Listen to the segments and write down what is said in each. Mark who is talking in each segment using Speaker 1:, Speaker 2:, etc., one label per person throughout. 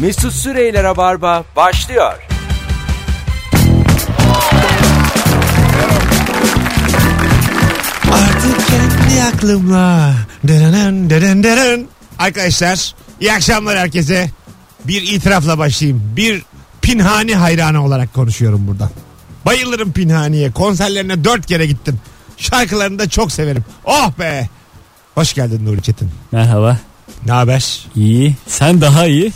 Speaker 1: Mesut Süreyler'e barba başlıyor.
Speaker 2: Artık kendi aklımla. Derenen deren deren. Arkadaşlar iyi akşamlar herkese. Bir itirafla başlayayım. Bir pinhani hayranı olarak konuşuyorum buradan. Bayılırım pinhaniye. Konserlerine dört kere gittim. Şarkılarını da çok severim. Oh be. Hoş geldin Nuri Çetin.
Speaker 3: Merhaba.
Speaker 2: Ne haber?
Speaker 3: İyi. Sen daha iyi.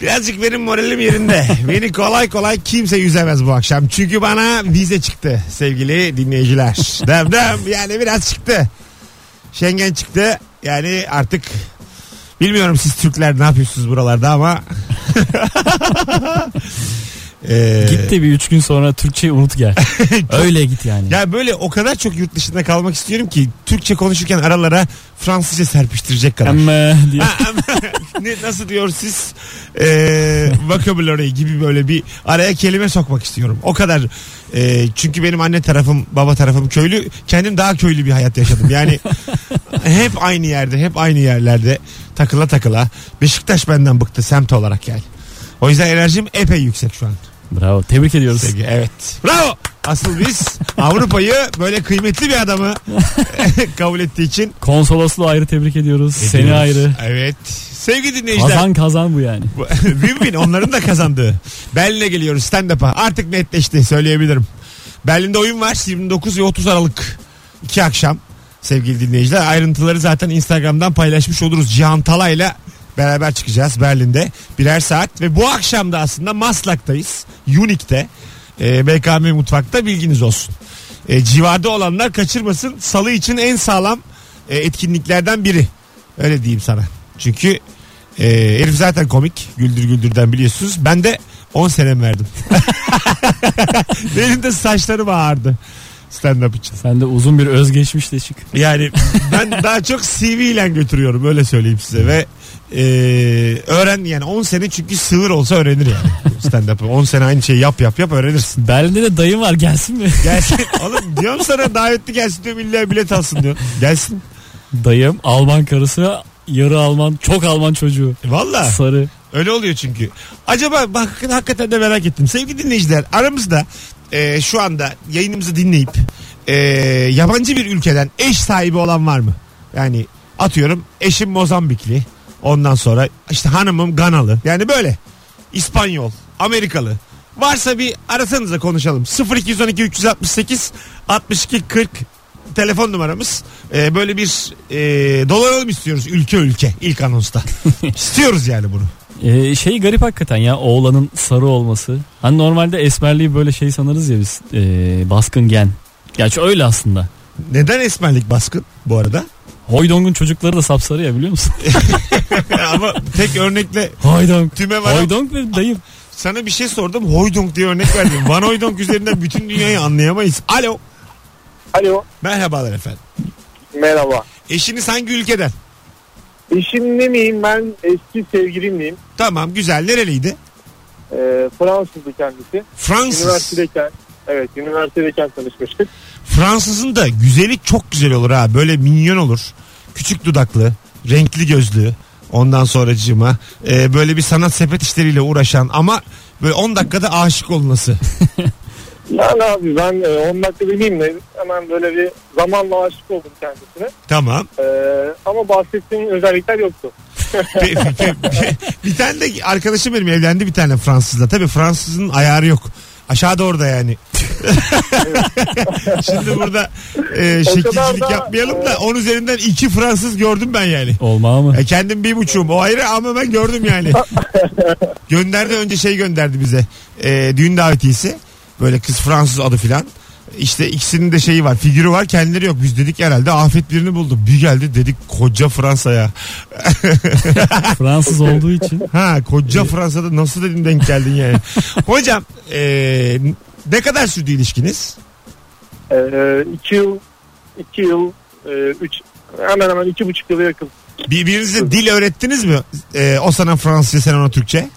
Speaker 2: Birazcık benim moralim yerinde. Beni kolay kolay kimse yüzemez bu akşam. Çünkü bana vize çıktı sevgili dinleyiciler. dem dem yani biraz çıktı. Schengen çıktı. Yani artık bilmiyorum siz Türkler ne yapıyorsunuz buralarda ama. Ee,
Speaker 3: Git de bir üç gün sonra Türkçeyi unut gel. Öyle git yani.
Speaker 2: Ya böyle o kadar çok yurt dışında kalmak istiyorum ki Türkçe konuşurken aralara Fransızca serpiştirecek kadar.
Speaker 3: Ama diye.
Speaker 2: Ha, ama ne, nasıl diyor siz Ee, vocabulary gibi böyle bir araya kelime sokmak istiyorum. O kadar Ee, çünkü benim anne tarafım baba tarafım köylü kendim daha köylü bir hayat yaşadım. Yani hep aynı yerde hep aynı yerlerde takıla takıla Beşiktaş benden bıktı semt olarak yani. O yüzden enerjim epey yüksek şu an.
Speaker 3: Bravo. Tebrik ediyoruz.
Speaker 2: Sevgi, evet. Bravo. Asıl biz Avrupa'yı böyle kıymetli bir adamı kabul ettiği için
Speaker 3: Konsolosluğu ayrı tebrik ediyoruz. Seni
Speaker 2: ediyoruz.
Speaker 3: ayrı.
Speaker 2: Evet. Sevgili dinleyiciler.
Speaker 3: Kazan kazan bu yani.
Speaker 2: Bu- win win onların da kazandığı. Berlin'e geliyoruz stand up'a. Artık netleşti söyleyebilirim. Berlin'de oyun var 29 ve 30 Aralık. iki akşam sevgili dinleyiciler. Ayrıntıları zaten Instagram'dan paylaşmış oluruz. Cihan Talay'la beraber çıkacağız Berlin'de. Birer saat ve bu akşam da aslında Maslak'tayız. Unique'de. Ee, BKM Mutfak'ta bilginiz olsun. Ee, civarda olanlar kaçırmasın. Salı için en sağlam e, etkinliklerden biri. Öyle diyeyim sana. Çünkü e, herif zaten komik. Güldür güldürden biliyorsunuz. Ben de 10 senem verdim. Benim de saçlarım ağardı. Stand up için.
Speaker 3: Sen de uzun bir özgeçmiş de çık.
Speaker 2: Yani ben daha çok CV ile götürüyorum öyle söyleyeyim size ve e, öğren yani 10 sene çünkü sığır olsa öğrenir yani stand up'ı 10 sene aynı şeyi yap yap yap öğrenirsin.
Speaker 3: Berlin'de de dayım var gelsin mi?
Speaker 2: Gelsin oğlum diyorum sana davetli gelsin diyorum illa bilet alsın diyor. Gelsin
Speaker 3: Dayım Alman karısı yarı Alman çok Alman çocuğu.
Speaker 2: valla.
Speaker 3: Sarı.
Speaker 2: Öyle oluyor çünkü. Acaba bak hakikaten de merak ettim. Sevgili dinleyiciler aramızda e, şu anda yayınımızı dinleyip e, yabancı bir ülkeden eş sahibi olan var mı? Yani atıyorum eşim Mozambikli. Ondan sonra işte hanımım Ganalı. Yani böyle. İspanyol, Amerikalı. Varsa bir arasanıza konuşalım. 0212 368 62 40 telefon numaramız. E, böyle bir e, dolanalım istiyoruz ülke ülke ilk anonsta. İstiyoruz yani bunu.
Speaker 3: Ee, şey garip hakikaten ya oğlanın sarı olması. Hani normalde esmerliği böyle şey sanırız ya biz. ee, baskın gen. Gerçi öyle aslında.
Speaker 2: Neden esmerlik baskın bu arada?
Speaker 3: Hoydong'un çocukları da sapsarı ya biliyor musun?
Speaker 2: Ama tek örnekle
Speaker 3: Hoydong.
Speaker 2: tüme var.
Speaker 3: Hoydong ve dayım.
Speaker 2: Sana bir şey sordum. Hoydonk diye örnek verdim. Van Hoydonk üzerinden bütün dünyayı anlayamayız. Alo.
Speaker 4: Alo
Speaker 2: Merhabalar efendim.
Speaker 4: merhaba.
Speaker 2: Eşiniz hangi ülkeden?
Speaker 4: Eşim ne miyim ben eski sevgilimliyim.
Speaker 2: Tamam güzel. Nereliydi?
Speaker 4: Ee, Fransızdı kendisi.
Speaker 2: Fransız.
Speaker 4: Üniversitedeyken evet üniversitedeyken tanışmıştık.
Speaker 2: Fransızın da güzeli çok güzel olur ha. Böyle minyon olur. Küçük dudaklı, renkli gözlü. Ondan sonracığıma e, böyle bir sanat sepet işleriyle uğraşan ama böyle 10 dakikada aşık olması.
Speaker 4: Ya ne abi ben e, 10 dakika demeyeyim de hemen böyle bir zamanla aşık oldum kendisine.
Speaker 2: Tamam.
Speaker 4: Ee, ama bahsettiğim özellikler yoktu.
Speaker 2: Pe- pe- pe- bir tane de arkadaşım benim evlendi bir tane Fransızla. Tabii Fransızın ayarı yok. Aşağı doğru da yani. Şimdi burada e, şekilcilik
Speaker 4: da,
Speaker 2: yapmayalım da
Speaker 4: e,
Speaker 2: on üzerinden iki Fransız gördüm ben yani.
Speaker 3: Olma mı?
Speaker 2: E, kendim bir buçuğum o ayrı ama ben gördüm yani. gönderdi önce şey gönderdi bize. E, düğün davetiyesi. Böyle kız Fransız adı filan. İşte ikisinin de şeyi var figürü var kendileri yok biz dedik herhalde afet birini bulduk bir geldi dedik koca Fransa'ya
Speaker 3: Fransız olduğu için.
Speaker 2: Ha koca Fransa'da nasıl dedin denk geldin yani. Hocam eee, ne kadar sürdü ilişkiniz?
Speaker 4: 2 Ee, yıl 2 yıl 3 hemen hemen 2,5 yıla yakın.
Speaker 2: Birbirinize dil öğrettiniz mi? Eee, o sana Fransızca sen ona Türkçe.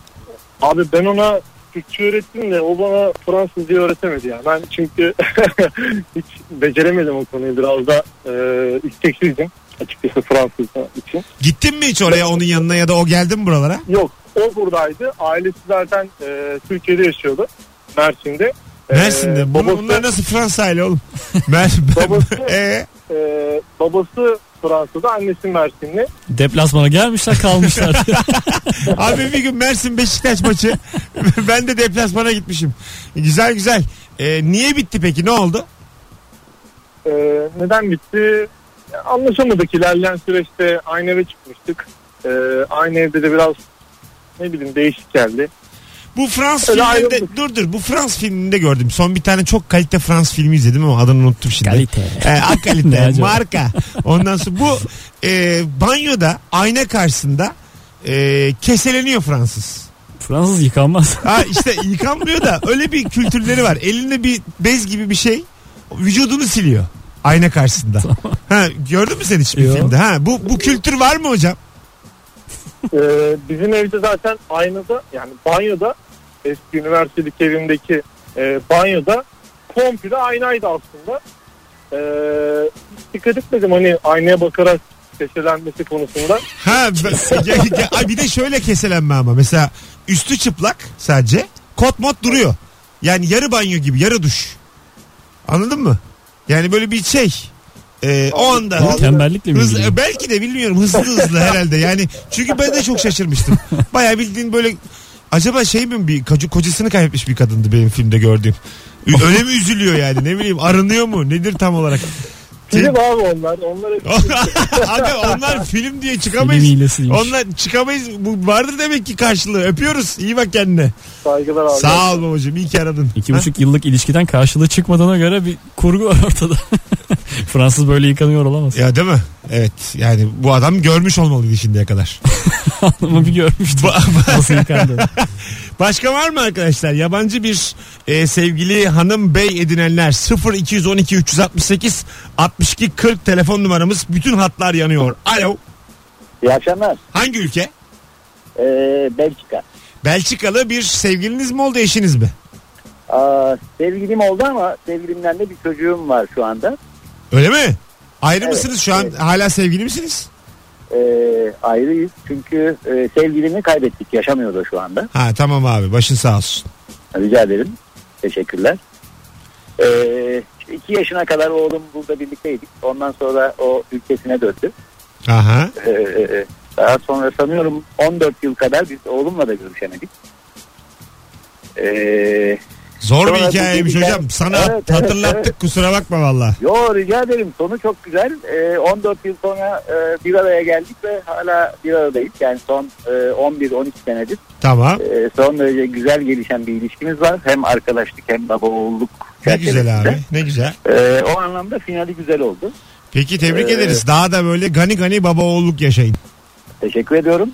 Speaker 4: Abi ben ona Türkçe öğrettim de o bana Fransızca öğretemedi ya. Ben çünkü hiç beceremedim o konuyu. Biraz da e, isteksizdim açıkçası Fransızca için.
Speaker 2: Gittin mi hiç oraya onun yanına ya da o geldi mi buralara?
Speaker 4: Yok o buradaydı. Ailesi zaten e, Türkiye'de yaşıyordu. Mersin'de. E,
Speaker 2: Mersin'de. Bunu-
Speaker 4: babası,
Speaker 2: Bunlar nasıl Fransa ile oğlum? Mer
Speaker 4: Babası-
Speaker 2: Ee,
Speaker 4: e, babası Fransa'da, annesi Mersinli.
Speaker 3: Deplasmana gelmişler kalmışlar.
Speaker 2: abi bir gün Mersin Beşiktaş maçı. ben de deplasmana gitmişim. Güzel güzel. Ee, niye bitti peki? Ne oldu?
Speaker 4: E, neden bitti? Anlaşamadık ilerleyen süreçte aynı eve çıkmıştık. E, aynı evde de biraz ne bileyim değişik geldi.
Speaker 2: Bu Frans
Speaker 4: Öyle
Speaker 2: filminde
Speaker 4: ayrıldık.
Speaker 2: dur dur bu Frans filminde gördüm. Son bir tane çok kalite Frans filmi izledim ama adını unuttum şimdi.
Speaker 3: Kalite.
Speaker 2: Ee, a
Speaker 3: Ne
Speaker 2: kalite,
Speaker 3: acaba?
Speaker 2: marka. Ondan sonra bu e, banyoda ayna karşısında e, keseleniyor Fransız.
Speaker 3: Fransız yıkanmaz.
Speaker 2: Ha işte yıkanmıyor da öyle bir kültürleri var. Elinde bir bez gibi bir şey vücudunu siliyor ayna karşısında. Ha gördün mü sen hiç bir
Speaker 3: Yo.
Speaker 2: filmde? Ha bu bu kültür var mı hocam?
Speaker 4: Ee, bizim evde zaten aynada yani banyoda eski üniversitelik evimdeki e, banyoda komple aynaydı aslında. Ee, hiç dikkat etmedim hani aynaya bakarak keşelenmesi konusunda.
Speaker 2: Ha ben- ya- ya- ay bir de şöyle keselenme ama mesela üstü çıplak sadece kot mot duruyor. Yani yarı banyo gibi yarı duş. Anladın mı? Yani böyle bir şey. Ee, o anda hız-
Speaker 3: Tembellikle mi
Speaker 2: hız-
Speaker 3: ilgili?
Speaker 2: belki de bilmiyorum hızlı hızlı herhalde yani çünkü ben de çok şaşırmıştım. Baya bildiğin böyle acaba şey mi bir koca- kocasını kaybetmiş bir kadındı benim filmde gördüğüm. Ü- Öyle mi üzülüyor yani ne bileyim arınıyor mu nedir tam olarak?
Speaker 4: Film abi onlar. Onlar hep
Speaker 2: Abi onlar film diye
Speaker 3: Bilim
Speaker 2: çıkamayız.
Speaker 3: hilesiymiş.
Speaker 2: Onlar çıkamayız. Bu vardır demek ki karşılığı. Öpüyoruz. İyi bak kendine.
Speaker 4: saygılar abi.
Speaker 2: Sağ ol babacığım. İyi ki aradın.
Speaker 3: İki
Speaker 2: Ha?
Speaker 3: buçuk yıllık ilişkiden karşılığı çıkmadığına göre bir kurgu var ortada. Fransız böyle yıkanıyor olamaz.
Speaker 2: Ya değil mi? Evet. Yani bu adam görmüş olmalıydı şimdiye kadar.
Speaker 3: Ama bir görmüştüm nasıl yıkandığını.
Speaker 2: Başka var mı arkadaşlar? Yabancı bir e, sevgili hanım bey edinenler 0 212 368 62 40 telefon numaramız. Bütün hatlar yanıyor. Alo.
Speaker 5: İyi akşamlar.
Speaker 2: Hangi ülke?
Speaker 5: Ee, Belçika.
Speaker 2: Belçikalı bir sevgiliniz mi oldu eşiniz mi?
Speaker 5: Aa, sevgilim oldu ama sevgilimden de bir çocuğum var şu anda.
Speaker 2: Öyle mi? Ayrı
Speaker 5: Evet,
Speaker 2: mısınız şu an?
Speaker 5: evet.
Speaker 2: Hala sevgili misiniz?
Speaker 5: Ee, ayrıyız çünkü e, sevgilimi kaybettik. Yaşamıyor da şu anda.
Speaker 2: Ha tamam abi başın sağ olsun.
Speaker 5: Rica ederim. Teşekkürler. Ee, iki yaşına kadar oğlum burada birlikteydik. Ondan sonra o ülkesine döndü.
Speaker 2: Aha.
Speaker 5: Ee, daha sonra sanıyorum 14 yıl kadar biz oğlumla da görüşemedik. Ee,
Speaker 2: Zor bir
Speaker 5: Sonra bu
Speaker 2: hikayeymiş
Speaker 5: bilgiler-
Speaker 2: hocam. Sana
Speaker 5: Evet,
Speaker 2: hat-
Speaker 5: evet,
Speaker 2: hatırlattık kusura bakma valla.
Speaker 5: Yo rica ederim. Sonu çok güzel. Ee, 14 yıl sonra e, bir araya geldik ve hala bir aradayız. Yani son e, 11-13 senedir.
Speaker 2: Tamam.
Speaker 5: E, son derece güzel gelişen bir ilişkimiz var. Hem arkadaşlık hem baba oğulluk.
Speaker 2: Ne güzel
Speaker 5: çerçevesinde.
Speaker 2: abi. Ne güzel.
Speaker 5: E, o anlamda finali güzel oldu.
Speaker 2: Peki tebrik
Speaker 5: Ee,
Speaker 2: ederiz. Daha da böyle gani gani baba oğulluk yaşayın.
Speaker 5: Teşekkür ediyorum.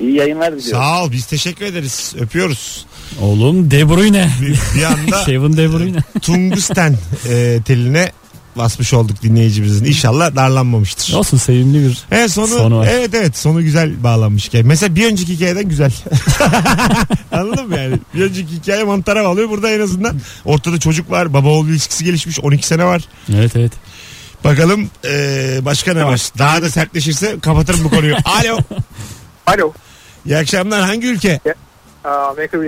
Speaker 5: İyi yayınlar diliyorum.
Speaker 2: Sağ ol. Biz teşekkür ederiz. Öpüyoruz.
Speaker 3: Oğlum De Bruyne.
Speaker 2: Bir, bir anda
Speaker 3: Kevin De Bruyne.
Speaker 2: Tungusten e, teline basmış olduk dinleyicimizin. İnşallah darlanmamıştır.
Speaker 3: Olsun sevimli bir
Speaker 2: Evet sonu,
Speaker 3: Sonu var.
Speaker 2: evet evet sonu güzel bağlanmış. Yani Mesela bir önceki hikayeden güzel. Anladın mı yani? Bir önceki hikaye mantara bağlıyor. Burada en azından ortada çocuk var. Baba oğul ilişkisi gelişmiş. 12 sene var.
Speaker 3: Evet evet.
Speaker 2: Bakalım eee, başka ne var? Daha da sertleşirse kapatırım bu konuyu. Alo.
Speaker 4: Alo. e,
Speaker 2: İyi akşamlar. Hangi ülke?
Speaker 4: Amerika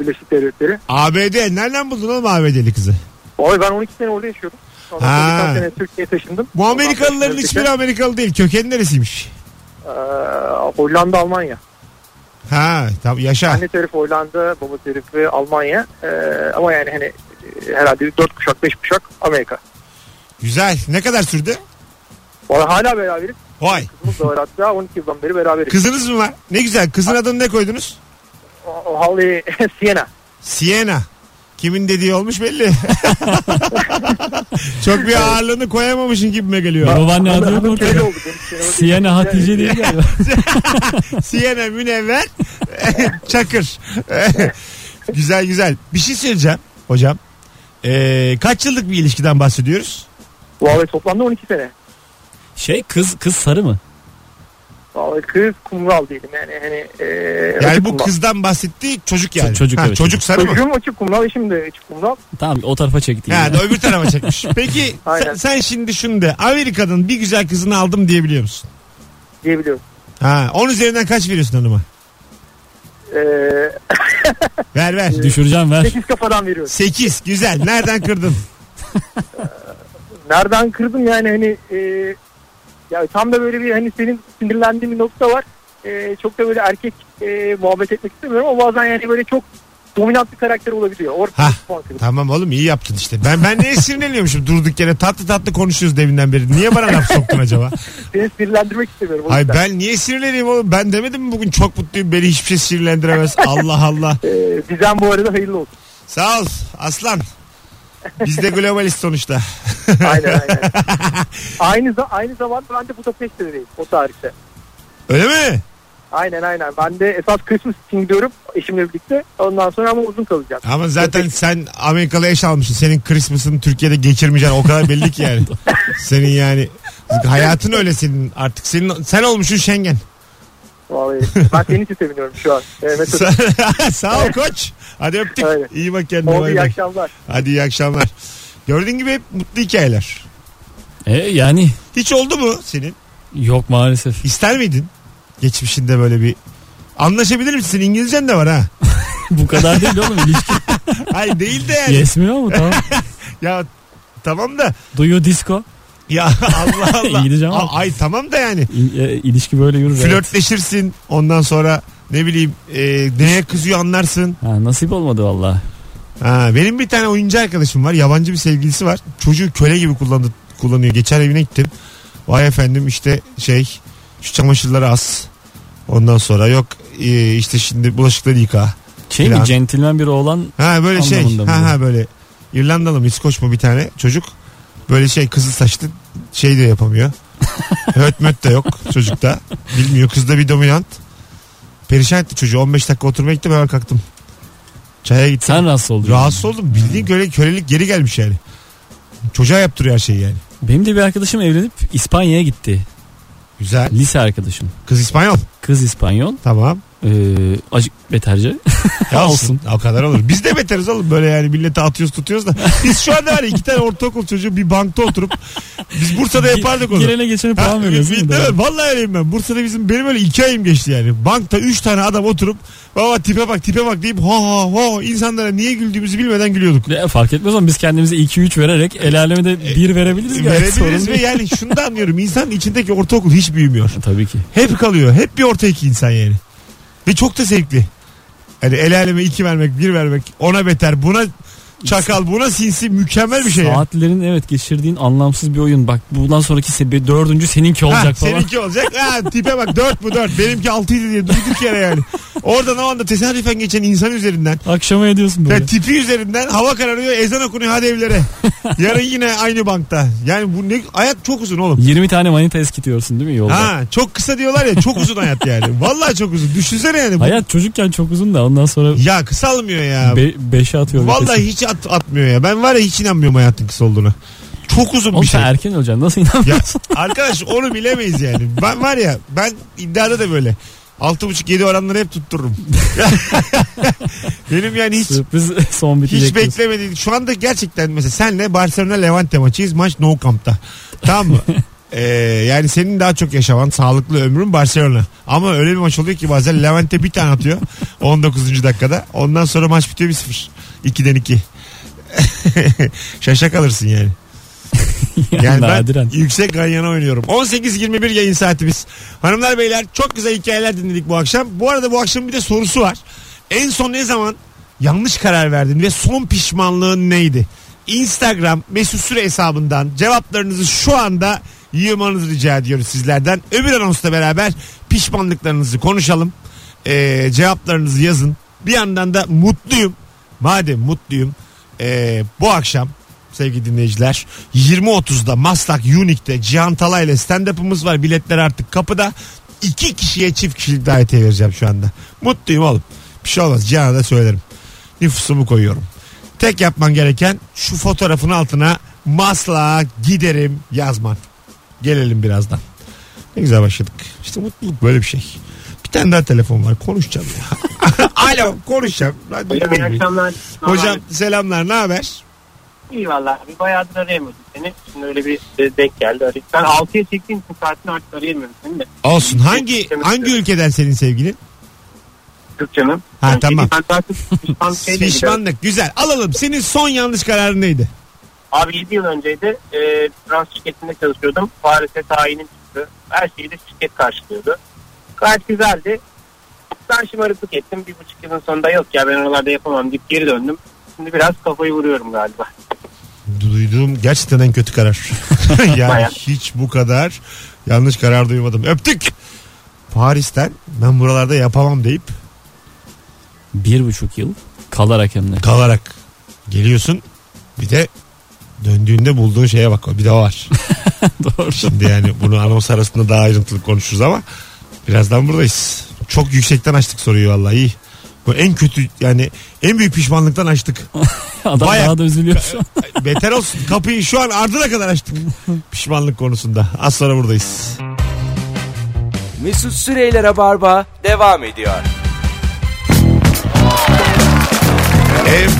Speaker 4: Birleşik Devletleri.
Speaker 2: ABD. Nereden buldun oğlum ABD'li kızı?
Speaker 4: Abi ben 12 sene orada yaşıyordum. Sonra
Speaker 2: Ha.
Speaker 4: birkaç sene Türkiye'ye taşındım.
Speaker 2: Bu Amerikalıların
Speaker 4: Ondan
Speaker 2: hiçbiri Amerikalı değil. Kökeni neresiymiş?
Speaker 4: Ee, Hollanda, Almanya.
Speaker 2: Ha tam yaşa.
Speaker 4: Anne tarafı Hollanda, baba tarafı Almanya. Ee, ama yani hani e, herhalde 4 kuşak, 5 kuşak Amerika.
Speaker 2: Güzel. Ne kadar sürdü?
Speaker 4: Valla hala beraberiz.
Speaker 2: Vay.
Speaker 4: Kızımız da var hatta 12 yıldan beri beraberiz.
Speaker 2: Kızınız mı var? Ne güzel. Kızın adını ne koydunuz?
Speaker 4: O- o Holly Siena.
Speaker 2: Sienna. Kimin dediği olmuş belli. Çok bir ağırlığını koyamamışın gibime geliyor.
Speaker 3: Babaanne adı yok
Speaker 4: Öyle
Speaker 3: ortada.
Speaker 4: oldu. Benim Siena'ma değil.
Speaker 3: Siyana Hatice diye galiba.
Speaker 2: Sienna Münevver Çakır. güzel güzel. Bir şey söyleyeceğim hocam. Ee, kaç yıllık bir ilişkiden bahsediyoruz?
Speaker 4: Vallahi toplamda 12 sene.
Speaker 3: Şey kız kız sarı mı?
Speaker 4: Vallahi kız kumral diyelim yani hani e,
Speaker 2: Yani
Speaker 4: açık
Speaker 2: bu
Speaker 4: kumral.
Speaker 2: kızdan bahsettiği çocuk yani.
Speaker 3: Ç- çocuk, evet,
Speaker 2: Çocuk sarı mı?
Speaker 4: Çocuğum açık kumral, eşim de açık kumral.
Speaker 3: Tamam o tarafa çekti.
Speaker 2: Ha,
Speaker 3: yine.
Speaker 2: da öbür tarafa çekmiş. Peki sen,
Speaker 4: Aynen.
Speaker 2: sen şimdi şunu de. Amerika'dan bir güzel kızını aldım diyebiliyor musun?
Speaker 4: diyebiliyorum.
Speaker 2: Ha, 10 üzerinden kaç veriyorsun hanıma?
Speaker 4: Ee,
Speaker 2: Ver ver.
Speaker 3: Düşüreceğim ver.
Speaker 4: 8 kafadan veriyorum.
Speaker 2: 8 güzel. Nereden kırdın?
Speaker 4: Nereden kırdım yani hani e, ya tam da böyle bir hani senin sinirlendiğin bir nokta var. E, çok da böyle erkek e, muhabbet etmek istemiyorum ama bazen yani böyle çok dominant bir karakter olabiliyor. Orta
Speaker 2: Hah.
Speaker 4: bir puan kırdım.
Speaker 2: Tamam oğlum iyi yaptın işte. Ben ben niye sinirleniyormuşum durduk yere tatlı tatlı konuşuyoruz deminden beri. Niye bana laf soktun acaba?
Speaker 4: Seni sinirlendirmek istemiyorum. o
Speaker 2: Ay
Speaker 4: yüzden.
Speaker 2: ben niye sinirleneyim oğlum? Ben demedim mi bugün çok mutluyum beni hiçbir şey sinirlendiremez. Allah Allah.
Speaker 4: E, bizden bu arada hayırlı olsun.
Speaker 2: Sağ ol aslan. Biz de globalist sonuçta.
Speaker 4: Aynen aynen. aynı, za- aynı zamanda ben de Budapest'teyim o tarihte.
Speaker 2: Öyle mi?
Speaker 4: Aynen aynen. Ben de esas Christmas için gidiyorum eşimle birlikte. Ondan sonra ama uzun kalacağım.
Speaker 2: Ama zaten sen Amerikalı eş almışsın. Senin Christmas'ını Türkiye'de geçirmeyeceksin. O kadar belli ki yani. Senin yani hayatın öyle senin artık. Senin, sen olmuşsun Schengen.
Speaker 4: Vallahi. ben senin için seviniyorum şu an. E, Mesut.
Speaker 2: Sa- Sağ ol koç. Hadi öptük.
Speaker 4: Öyle.
Speaker 2: İyi bak kendine.
Speaker 4: Oldu
Speaker 2: bay
Speaker 4: iyi
Speaker 2: bay.
Speaker 4: akşamlar.
Speaker 2: Hadi iyi akşamlar. Gördüğün gibi hep mutlu hikayeler.
Speaker 3: E, yani
Speaker 2: Hiç oldu mu senin?
Speaker 3: yok maalesef.
Speaker 2: İster miydin? Geçmişinde böyle bir Anlaşabilir misin? İngilizcen de var ha.
Speaker 3: Bu kadar değil oğlum ilişki.
Speaker 2: Hayır değil de yani.
Speaker 3: Yesmiyor mu tamam.
Speaker 2: Ya tamam da.
Speaker 3: Duyu disco.
Speaker 2: Ya Allah Allah.
Speaker 3: İngilizcem var.
Speaker 2: A- Ay tamam da yani.
Speaker 3: İl, e, ilişki böyle yürür. evet.
Speaker 2: Flörtleşirsin. Ondan sonra ne bileyim e, neye kızıyor anlarsın.
Speaker 3: Ha, nasip olmadı valla.
Speaker 2: Ha, benim bir tane oyuncu arkadaşım var. Yabancı bir sevgilisi var. Çocuğu köle gibi kullandı, kullanıyor. Geçen evine gittim. Vay efendim işte şey şu çamaşırları as. Ondan sonra yok e, işte şimdi bulaşıkları yıka.
Speaker 3: Şey
Speaker 2: Plan.
Speaker 3: mi centilmen bir oğlan
Speaker 2: Ha böyle şey.
Speaker 3: Anlamında mı
Speaker 2: Ha
Speaker 3: bu?
Speaker 2: ha böyle İrlandalı mı İskoç mu bir tane çocuk. Böyle şey kızıl saçlı şey de yapamıyor. Hötmet de yok çocukta. Bilmiyor kızda bir dominant. Perişan etti çocuğu. 15 dakika oturmaya gittim hemen kalktım. Çaya gittim.
Speaker 3: sen rahatsız oldun.
Speaker 2: Rahatsız oldum. Bildiğin köle, kölelik geri gelmiş yani. Çocuğa yaptırıyor her şeyi yani.
Speaker 3: Benim de bir arkadaşım evlenip İspanya'ya gitti.
Speaker 2: Güzel.
Speaker 3: Lise arkadaşım.
Speaker 2: Kız İspanyol.
Speaker 3: Kız İspanyol.
Speaker 2: Tamam.
Speaker 3: Ee, acık beterce.
Speaker 2: Ya
Speaker 3: Olsun.
Speaker 2: O kadar olur. Biz de beteriz oğlum böyle yani millete atıyoruz tutuyoruz da. Biz şu anda hani iki tane ortaokul çocuğu bir bankta oturup biz Bursa'da yapardık onu.
Speaker 3: Girene geçene
Speaker 2: Ha,
Speaker 3: puan veriyorsun.
Speaker 2: bir-
Speaker 3: bir de.
Speaker 2: değil mi? Vallahi öyleyim ben. Bursa'da bizim benim öyle iki ayım geçti yani. Bankta üç tane adam oturup baba tipe bak tipe bak deyip ha ha ha insanlara niye güldüğümüzü bilmeden gülüyorduk.
Speaker 3: Ne, fark etmez ama biz kendimize 2-3 vererek el aleme de 1 verebiliriz. gayet sorun
Speaker 2: E, Verebiliriz ve
Speaker 3: değil.
Speaker 2: yani şunu da anlıyorum. İnsanın içindeki ortaokul hiç büyümüyor.
Speaker 3: Tabii ki.
Speaker 2: Hep kalıyor. Hep bir orta iki insan yani. Ve çok da zevkli. Yani el aleme iki vermek, bir vermek, ona beter, buna çakal, buna sinsi mükemmel bir şey. yani.
Speaker 3: Saatlerin evet geçirdiğin anlamsız bir oyun. Bak bundan sonraki sebebi dördüncü seninki olacak
Speaker 2: Ha,
Speaker 3: falan.
Speaker 2: Seninki olacak. Ha, tipe bak dört bu dört. Benimki altıydı diye durduk yere yani. Oradan o anda tesadüfen geçen insan üzerinden.
Speaker 3: Akşama ediyorsun böyle.
Speaker 2: Ya tipi üzerinden hava kararıyor ezan okunuyor hadi evlere. Yarın yine aynı bankta. Yani bu ne hayat çok uzun oğlum.
Speaker 3: 20 tane manita eskitiyorsun değil mi yolda?
Speaker 2: Ha çok kısa diyorlar ya çok uzun hayat yani. Vallahi çok uzun. Düşünsene yani. bu-
Speaker 3: Hayat çocukken çok uzun da ondan sonra
Speaker 2: Ya kısalmıyor ya.
Speaker 3: be, beşe atıyor.
Speaker 2: Vallahi hiç at, atmıyor ya. Ben var ya hiç inanmıyorum hayatın kısa olduğuna. Çok uzun
Speaker 3: Oğlum
Speaker 2: bir şey.
Speaker 3: sen erken öleceksin nasıl inanmıyorsun?
Speaker 2: Ya arkadaş onu bilemeyiz yani. Ben var ya ben iddiada da böyle. 6.5-7 oranları hep tuttururum. Benim yani hiç
Speaker 3: Sürpriz son bitecek.
Speaker 2: hiç
Speaker 3: diyorsun.
Speaker 2: beklemedik. Şu anda gerçekten mesela senle Barcelona Levante maçıyız. Maç No Camp'ta. Tamam mı? Ee, yani senin daha çok yaşaman sağlıklı ömrün Barcelona. Ama öyle bir maç oluyor ki bazen Levante bir tane atıyor 19. dakikada. Ondan sonra maç bitiyor 1-0. 2'den 2. Şaşa kalırsın yani. Yani
Speaker 3: Nadiren.
Speaker 2: ben yüksek ganyana oynuyorum. 18-21 yayın saatimiz. Hanımlar beyler çok güzel hikayeler dinledik bu akşam. Bu arada bu akşam bir de sorusu var. En son ne zaman yanlış karar verdin ve son pişmanlığın neydi? Instagram mesut süre hesabından cevaplarınızı şu anda yığmanızı rica ediyoruz sizlerden. Öbür anonsla beraber pişmanlıklarınızı konuşalım. Ee, cevaplarınızı yazın. Bir yandan da mutluyum. Madem mutluyum ee, bu akşam sevgili dinleyiciler. 20.30'da Maslak Unique'de Cihan Talay ile stand-up'ımız var. Biletler artık kapıda. İki kişiye çift kişilik davetiye vereceğim şu anda. Mutluyum oğlum. Bir şey olmaz. Cihan'a da söylerim. Nüfusumu koyuyorum. Tek yapman gereken şu fotoğrafın altına Maslak'a giderim yazman. Gelelim birazdan. Ne güzel başladık. İşte mutluluk böyle bir şey. Bir tane daha telefon var. Konuşacağım ya. Alo konuşacağım. Radyo
Speaker 6: Hocam iyi akşamlar.
Speaker 2: Hocam selamlar ne haber?
Speaker 6: İyi valla abi bayağıdır arayamıyordum seni. Şimdi öyle bir e, denk geldi. Arayıp- Ben 6'ya çektiğim için saatini artık arayamıyorum seni de.
Speaker 2: Olsun. Hangi hangi ülkeden senin sevgilin?
Speaker 6: Türkçemin.
Speaker 2: Ha,
Speaker 6: Yani
Speaker 2: tamam.
Speaker 6: Ben şey artık pişman şeyle gidiyorum.
Speaker 2: Pişmanlık güzel. Alalım. Senin son yanlış kararın neydi?
Speaker 6: Abi 7 yıl önceydi e, Frans şirketinde çalışıyordum. Paris'e tayinim çıktı. Her şeyi de şirket karşılıyordu. Gayet güzeldi. Ben şımarıklık ettim. Bir buçuk yılın sonunda yok ya ben oralarda yapamam deyip geri döndüm. Şimdi biraz kafayı vuruyorum galiba.
Speaker 2: Duyduğum gerçekten en kötü karar. yani
Speaker 6: Bayağı.
Speaker 2: hiç bu kadar yanlış karar duymadım. Öptük. Paris'ten ben buralarda yapamam deyip
Speaker 3: Bir buçuk yıl kalarak hem de.
Speaker 2: kalarak geliyorsun. Bir de döndüğünde bulduğun şeye bak. Bir de o var.
Speaker 3: Doğru.
Speaker 2: Şimdi yani bunu anons arasında daha ayrıntılı konuşuruz ama birazdan buradayız. Çok yüksekten açtık soruyu vallahi iyi. Bu en kötü yani en büyük pişmanlıktan açtık.
Speaker 3: Adam
Speaker 2: Bayağı-
Speaker 3: daha da üzülüyor şu an.
Speaker 2: Beter olsun kapıyı şu an ardına kadar açtık. Pişmanlık konusunda. Az sonra buradayız.
Speaker 1: Mesut Süreyler'e barba devam ediyor.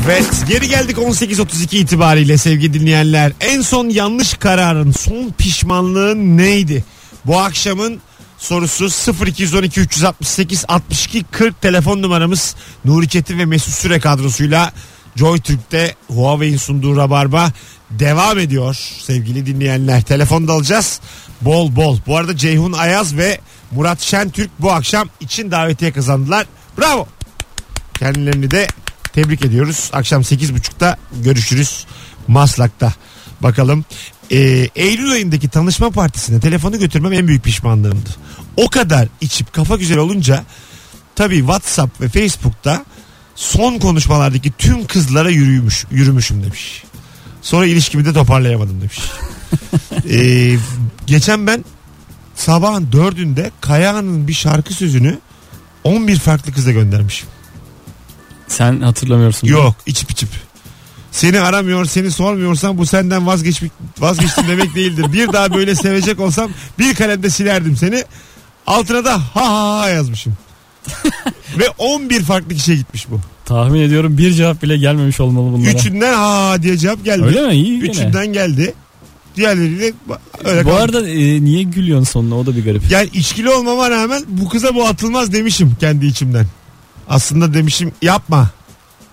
Speaker 2: Evet geri geldik 18.32 itibariyle sevgili dinleyenler. En son yanlış kararın son pişmanlığın neydi? Bu akşamın sorusu 0212 368 62 40 telefon numaramız Nuri Çetin ve Mesut Süre kadrosuyla Joy Türk'te Huawei'in sunduğu Rabarba devam ediyor sevgili dinleyenler. Telefonda alacağız bol bol. Bu arada Ceyhun Ayaz ve Murat Şentürk bu akşam için davetiye kazandılar. Bravo. Kendilerini de tebrik ediyoruz. Akşam 8.30'da görüşürüz Maslak'ta. Bakalım. Ee, Eylül ayındaki tanışma partisine telefonu götürmem en büyük pişmanlığımdı. O kadar içip kafa güzel olunca tabii WhatsApp ve Facebook'ta son konuşmalardaki tüm kızlara yürümüş, yürümüşüm demiş. Sonra ilişkimi de toparlayamadım demiş. Ee, geçen ben sabahın dördünde Kaya'nın bir şarkı sözünü 11 farklı kıza göndermişim.
Speaker 3: Sen hatırlamıyorsun.
Speaker 2: Yok içip içip. Seni aramıyor, seni sormuyorsan bu senden vazgeçmek vazgeçtim demek değildir. Bir daha böyle sevecek olsam bir kalemde silerdim seni. Altına da ha ha ha yazmışım. Ve 11 farklı kişiye gitmiş bu.
Speaker 3: Tahmin ediyorum bir cevap bile gelmemiş olmalı bunlara.
Speaker 2: Üçünden ha ha diye cevap geldi.
Speaker 3: Öyle mi? İyi gene.
Speaker 2: Üçünden geldi. Diğerleriyle ba- öyle
Speaker 3: Bu
Speaker 2: kaldı.
Speaker 3: arada e, niye gülüyorsun sonuna o da bir garip.
Speaker 2: Yani içkili olmama rağmen bu kıza bu atılmaz demişim kendi içimden. Aslında demişim yapma.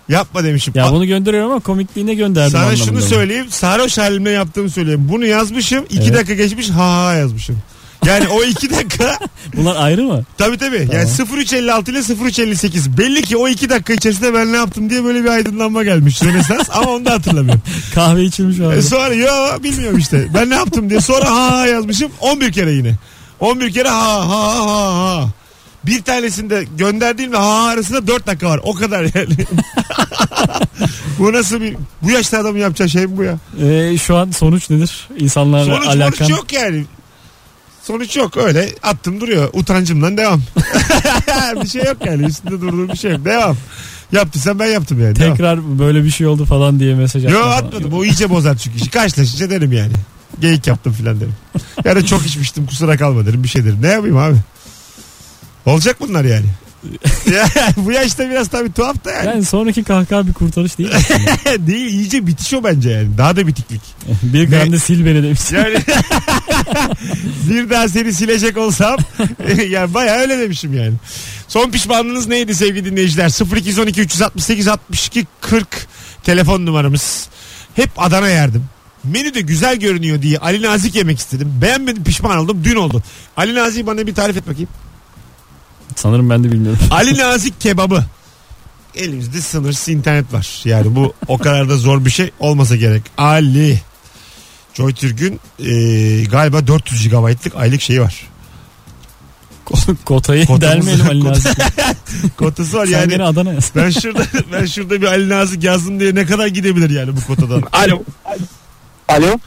Speaker 2: Yapma demişim.
Speaker 3: Ya bunu gönderiyorum ama komikliğine gönderdim
Speaker 2: Sana
Speaker 3: anlamında
Speaker 2: şunu
Speaker 3: bu.
Speaker 2: söyleyeyim. Sarhoş halimle yaptığımı söyleyeyim. Bunu yazmışım. iki
Speaker 3: Evet.
Speaker 2: dakika geçmiş ha ha yazmışım. Yani o iki dakika
Speaker 3: Bunlar ayrı mı?
Speaker 2: tabii tabii. Yani 0356 ile 0358. Belli ki o iki dakika içerisinde ben ne yaptım diye böyle bir aydınlanma gelmiş. Rönesans ama onu da hatırlamıyorum.
Speaker 3: Kahve içilmiş o
Speaker 2: E
Speaker 3: arada.
Speaker 2: sonra ya bilmiyorum işte. Ben ne yaptım diye sonra ha ha yazmışım 11 kere yine. 11 kere ha ha ha ha. Bir tanesinde gönderdiğimle ha ha arasında 4 dakika var. O kadar yani. bu nasıl bir bu yaşta adamın yapacağı şey mi bu ya?
Speaker 3: E, şu an sonuç nedir? İnsanlarla
Speaker 2: Sonuç
Speaker 3: alakan.
Speaker 2: monuç yok yani. Sonuç yok öyle attım duruyor. Utancımdan devam. bir şey yok yani üstünde durduğum bir şey yok. Devam. Yaptıysam ben yaptım yani. Devam.
Speaker 3: Tekrar böyle bir şey oldu falan diye mesaj
Speaker 2: Yo
Speaker 3: atma falan.
Speaker 2: atmadım. O iyice bozar çünkü işi. Karşılaşınca derim yani. Geyik yaptım filan derim. Ya da çok içmiştim kusura kalma derim bir şey derim. Ne yapayım abi? Olacak bunlar yani. ya, bu yaşta biraz tabii tuhaf da yani.
Speaker 3: Yani sonraki kahkaha bir kurtarış değil.
Speaker 2: Değil iyice bitiş o bence yani. Daha da bitiklik.
Speaker 3: bir gram da sil beni demiş.
Speaker 2: Yani bir daha seni silecek olsam yani bayağı öyle demişim yani. Son pişmanlığınız neydi sevgili dinleyiciler? 0212 368 62 40 telefon numaramız. Hep Adana yerdim. Menü de güzel görünüyor diye Ali Nazik yemek istedim. Beğenmedim pişman oldum dün oldu. Ali Nazik bana bir tarif et bakayım.
Speaker 3: Sanırım ben de bilmiyorum.
Speaker 2: Ali Nazik kebabı. Elimizde sınırsız internet var. Yani bu o kadar da zor bir şey olmasa gerek. Ali. Joy Türk'ün e, galiba 400 GB'lık aylık şeyi var.
Speaker 3: Kotayı
Speaker 2: Kotamız-
Speaker 3: delmeyelim Ali
Speaker 2: Kota-
Speaker 3: Nazik.
Speaker 2: Kotası var
Speaker 3: Sen
Speaker 2: yani.
Speaker 3: gene Adana yaz.
Speaker 2: Ben şurada ben şurada bir Ali Nazik yazdım diye ne kadar gidebilir yani bu kotadan.
Speaker 4: Alo. Alo.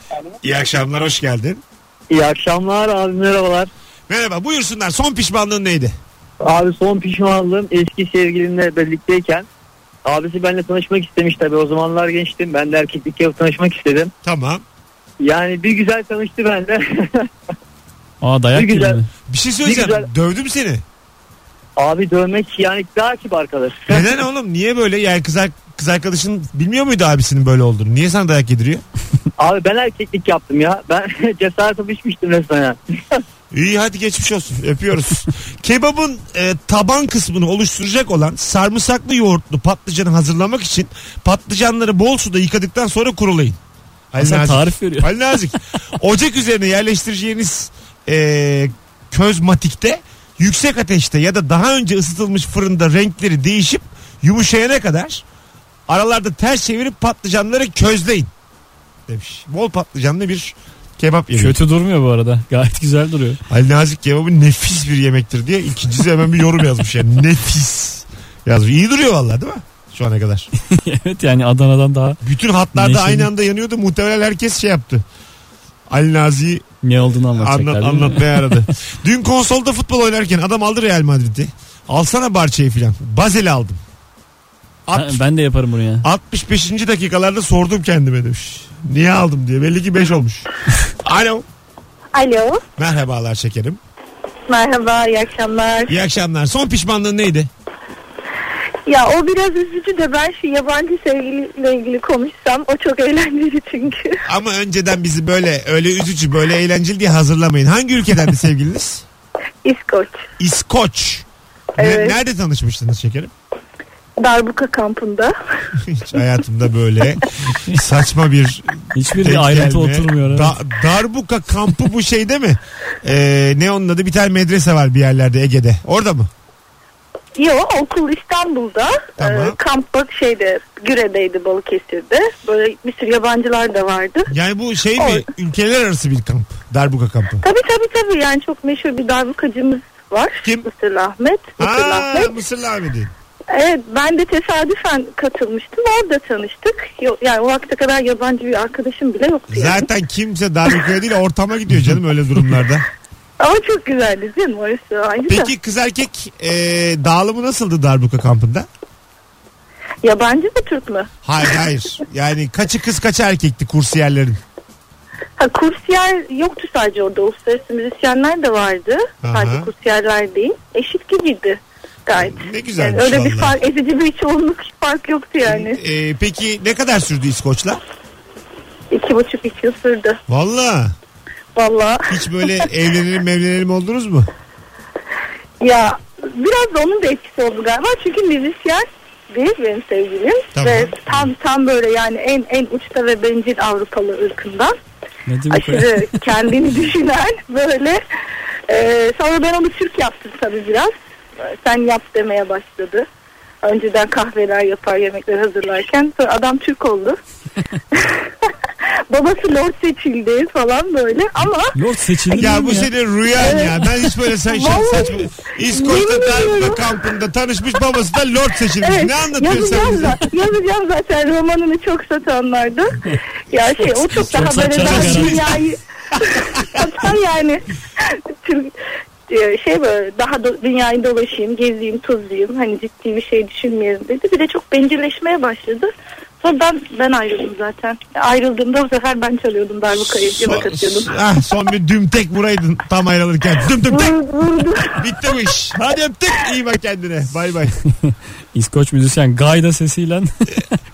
Speaker 2: İyi akşamlar hoş geldin.
Speaker 4: İyi akşamlar abi merhabalar.
Speaker 2: Merhaba buyursunlar son pişmanlığın neydi?
Speaker 4: Abi son pişmanlığım eski sevgilimle birlikteyken abisi benimle tanışmak istemiş tabii o zamanlar gençtim. Ben de erkeklik yapıp tanışmak istedim.
Speaker 2: Tamam.
Speaker 4: Yani bir güzel tanıştı bende.
Speaker 3: Aa dayak
Speaker 4: Bir
Speaker 3: gibi.
Speaker 4: güzel-
Speaker 3: mi?
Speaker 2: Bir şey söyleyeceğim.
Speaker 4: güzel-
Speaker 2: Dövdüm seni.
Speaker 4: abi dövmek yani daha kibar kalır.
Speaker 2: Neden oğlum? Niye böyle? Yani kız, ar- kız arkadaşın bilmiyor muydu abisinin böyle olduğunu? Niye sana dayak yediriyor?
Speaker 4: abi ben erkeklik yaptım ya. Ben cesaret yapışmıştım resmen ya.
Speaker 2: İyi hadi geçmiş olsun. Öpüyoruz. Kebabın e, taban kısmını oluşturacak olan sarımsaklı yoğurtlu patlıcanı hazırlamak için patlıcanları bol suda yıkadıktan sonra kurulayın. Ali
Speaker 3: Sen
Speaker 2: Nazik.
Speaker 3: tarif veriyor.
Speaker 2: Ali Nazik. Ocak üzerine yerleştireceğiniz e, köz matikte yüksek ateşte ya da daha önce ısıtılmış fırında renkleri değişip yumuşayana kadar aralarda ters çevirip patlıcanları közleyin demiş. Bol patlıcanlı bir kebap yemeği.
Speaker 3: Kötü durmuyor bu arada. Gayet güzel duruyor.
Speaker 2: Ali Nazik kebabı nefis bir yemektir diye ikincisi hemen bir yorum yazmış yani. Nefis yazmış. İyi duruyor vallahi değil mi? Şu ana kadar.
Speaker 3: evet yani Adana'dan daha
Speaker 2: Bütün hatlarda
Speaker 3: Neşeli.
Speaker 2: aynı anda yanıyordu. Muhtemelen herkes şey yaptı. Ali Nazik'i
Speaker 3: ne olduğunu anlatacaklar.
Speaker 2: anlat,
Speaker 3: değil mi?
Speaker 2: anlatmaya aradı. Dün konsolda futbol oynarken adam aldı Real Madrid'i. Alsana Barça'yı filan. Bazel'i aldım.
Speaker 3: Ha,
Speaker 2: Alt-
Speaker 3: ben de yaparım bunu ya.
Speaker 2: 65. dakikalarda sordum kendime demiş. Niye aldım diye. Belli ki 5 olmuş. Alo.
Speaker 7: Alo.
Speaker 2: Merhabalar şekerim.
Speaker 7: Merhaba, iyi akşamlar.
Speaker 2: İyi akşamlar. Son pişmanlığın neydi?
Speaker 7: Ya o biraz üzücü de ben şu yabancı sevgiliyle ilgili konuşsam o çok eğlenceli çünkü.
Speaker 2: Ama önceden bizi böyle öyle üzücü böyle eğlenceli diye hazırlamayın. Hangi ülkedendi sevgiliniz?
Speaker 7: İskoç.
Speaker 2: İskoç. Ne-
Speaker 7: Evet.
Speaker 2: nerede tanışmıştınız şekerim?
Speaker 7: Darbuka kampında.
Speaker 2: Hiç hayatımda böyle saçma bir
Speaker 3: Hiçbir
Speaker 2: denk
Speaker 3: bir ayrıntı
Speaker 2: gelme.
Speaker 3: oturmuyor. evet.
Speaker 2: Da- Darbuka kampı bu şeyde mi? Ee, ne onun adı? Bir tane medrese var bir yerlerde Ege'de. Orada mı?
Speaker 7: Yo okul İstanbul'da.
Speaker 2: Tamam.
Speaker 7: Ee, kamp bak şeyde Güre'deydi Balıkesir'de. Böyle bir sürü yabancılar da vardı.
Speaker 2: Yani bu şey mi?
Speaker 7: Or-
Speaker 2: Ülkeler arası bir kamp. Darbuka kampı.
Speaker 7: Tabii tabii tabii yani çok meşhur bir darbukacımız var.
Speaker 2: Kim?
Speaker 7: Mısırlı Ahmet. Mısırlı
Speaker 2: Aa,
Speaker 7: Ahmet.
Speaker 2: Mısırlı Ahmet'in.
Speaker 7: Evet ben de tesadüfen katılmıştım. Orada tanıştık. Yo- Yani o vakte kadar yabancı bir arkadaşım bile yoktu. yani.
Speaker 2: Zaten kimse darbukaya değil ortama gidiyor canım öyle durumlarda.
Speaker 7: Ama çok güzeldi canım orası ayrı da.
Speaker 2: Peki kız erkek e, dağılımı nasıldı Darbuka kampında?
Speaker 7: Yabancı mı Türk mü?
Speaker 2: Hayır hayır. Yani kaçı kız kaçı erkekti kursiyerlerin?
Speaker 7: Ha kursiyer yoktu sadece orada. Uluslararası müzisyenler de vardı.
Speaker 2: Aha.
Speaker 7: Sadece kursiyerler değil. Eşit gibiydi gayet.
Speaker 2: Ne güzelmiş
Speaker 7: Yani öyle bir
Speaker 2: vallahi.
Speaker 7: fark, ezici bir çoğunluk fark yoktu yani.
Speaker 2: E, peki ne kadar sürdü İskoçlar? Ee,
Speaker 7: İki buçuk iki yıl sürdü.
Speaker 2: Valla
Speaker 7: Valla
Speaker 2: hiç böyle evlenelim evlenelim oldunuz mu?
Speaker 7: ya biraz da onun da etkisi oldu galiba. Çünkü müzisyen değil benim sevgilim.
Speaker 2: Tamam.
Speaker 7: Ve tam tam böyle yani en en uçta ve bencil Avrupalı ırkından.
Speaker 3: Ne demek o ya?
Speaker 7: aşırı kendini düşünen böyle. Ee, sonra ben onu Türk yaptım tabii biraz. Ee, Sen yap demeye başladı. Önceden kahveler yapar yemekler hazırlarken. Sonra adam Türk oldu. Babası Lord seçildi falan böyle ama
Speaker 3: Lord seçildi
Speaker 2: Ya
Speaker 3: mi
Speaker 2: bu senin rüyan ya. Ben hiç böyle sen şey
Speaker 7: Vallahi.
Speaker 2: saçma. İskoç'ta
Speaker 7: Yemin
Speaker 2: Darbuka
Speaker 7: ediyorum.
Speaker 2: kampında tanışmış babası da lord seçilmiş.
Speaker 7: evet
Speaker 2: Ne anlatıyorsun sen
Speaker 7: yazacağım,
Speaker 2: bize?
Speaker 7: zaten, yazacağım zaten romanını çok satanlardı. ya şey o çok daha böyle
Speaker 3: satacak
Speaker 7: daha
Speaker 2: şey.
Speaker 3: herhalde.
Speaker 7: dünyayı satan yani Türk- e, şey böyle daha do- dünyayı dolaşayım, gezeyim, tozayım. Hani ciddi bir şey düşünmeyelim dedi. Bir de çok bencilleşmeye başladı. Sonra ben, ben ayrıldım zaten. Ayrıldığımda bu sefer ben çalıyordum darbukayı. Yemek atıyordum.
Speaker 2: Son, ah, son bir dümtek vuraydın tam ayrılırken. Düm düm tek.
Speaker 7: Vur- Vurdu.
Speaker 2: Bitti bu iş. Hadi öptük. İyi bak kendine. Bay bay.
Speaker 3: İskoç müzisyen Gayda sesiyle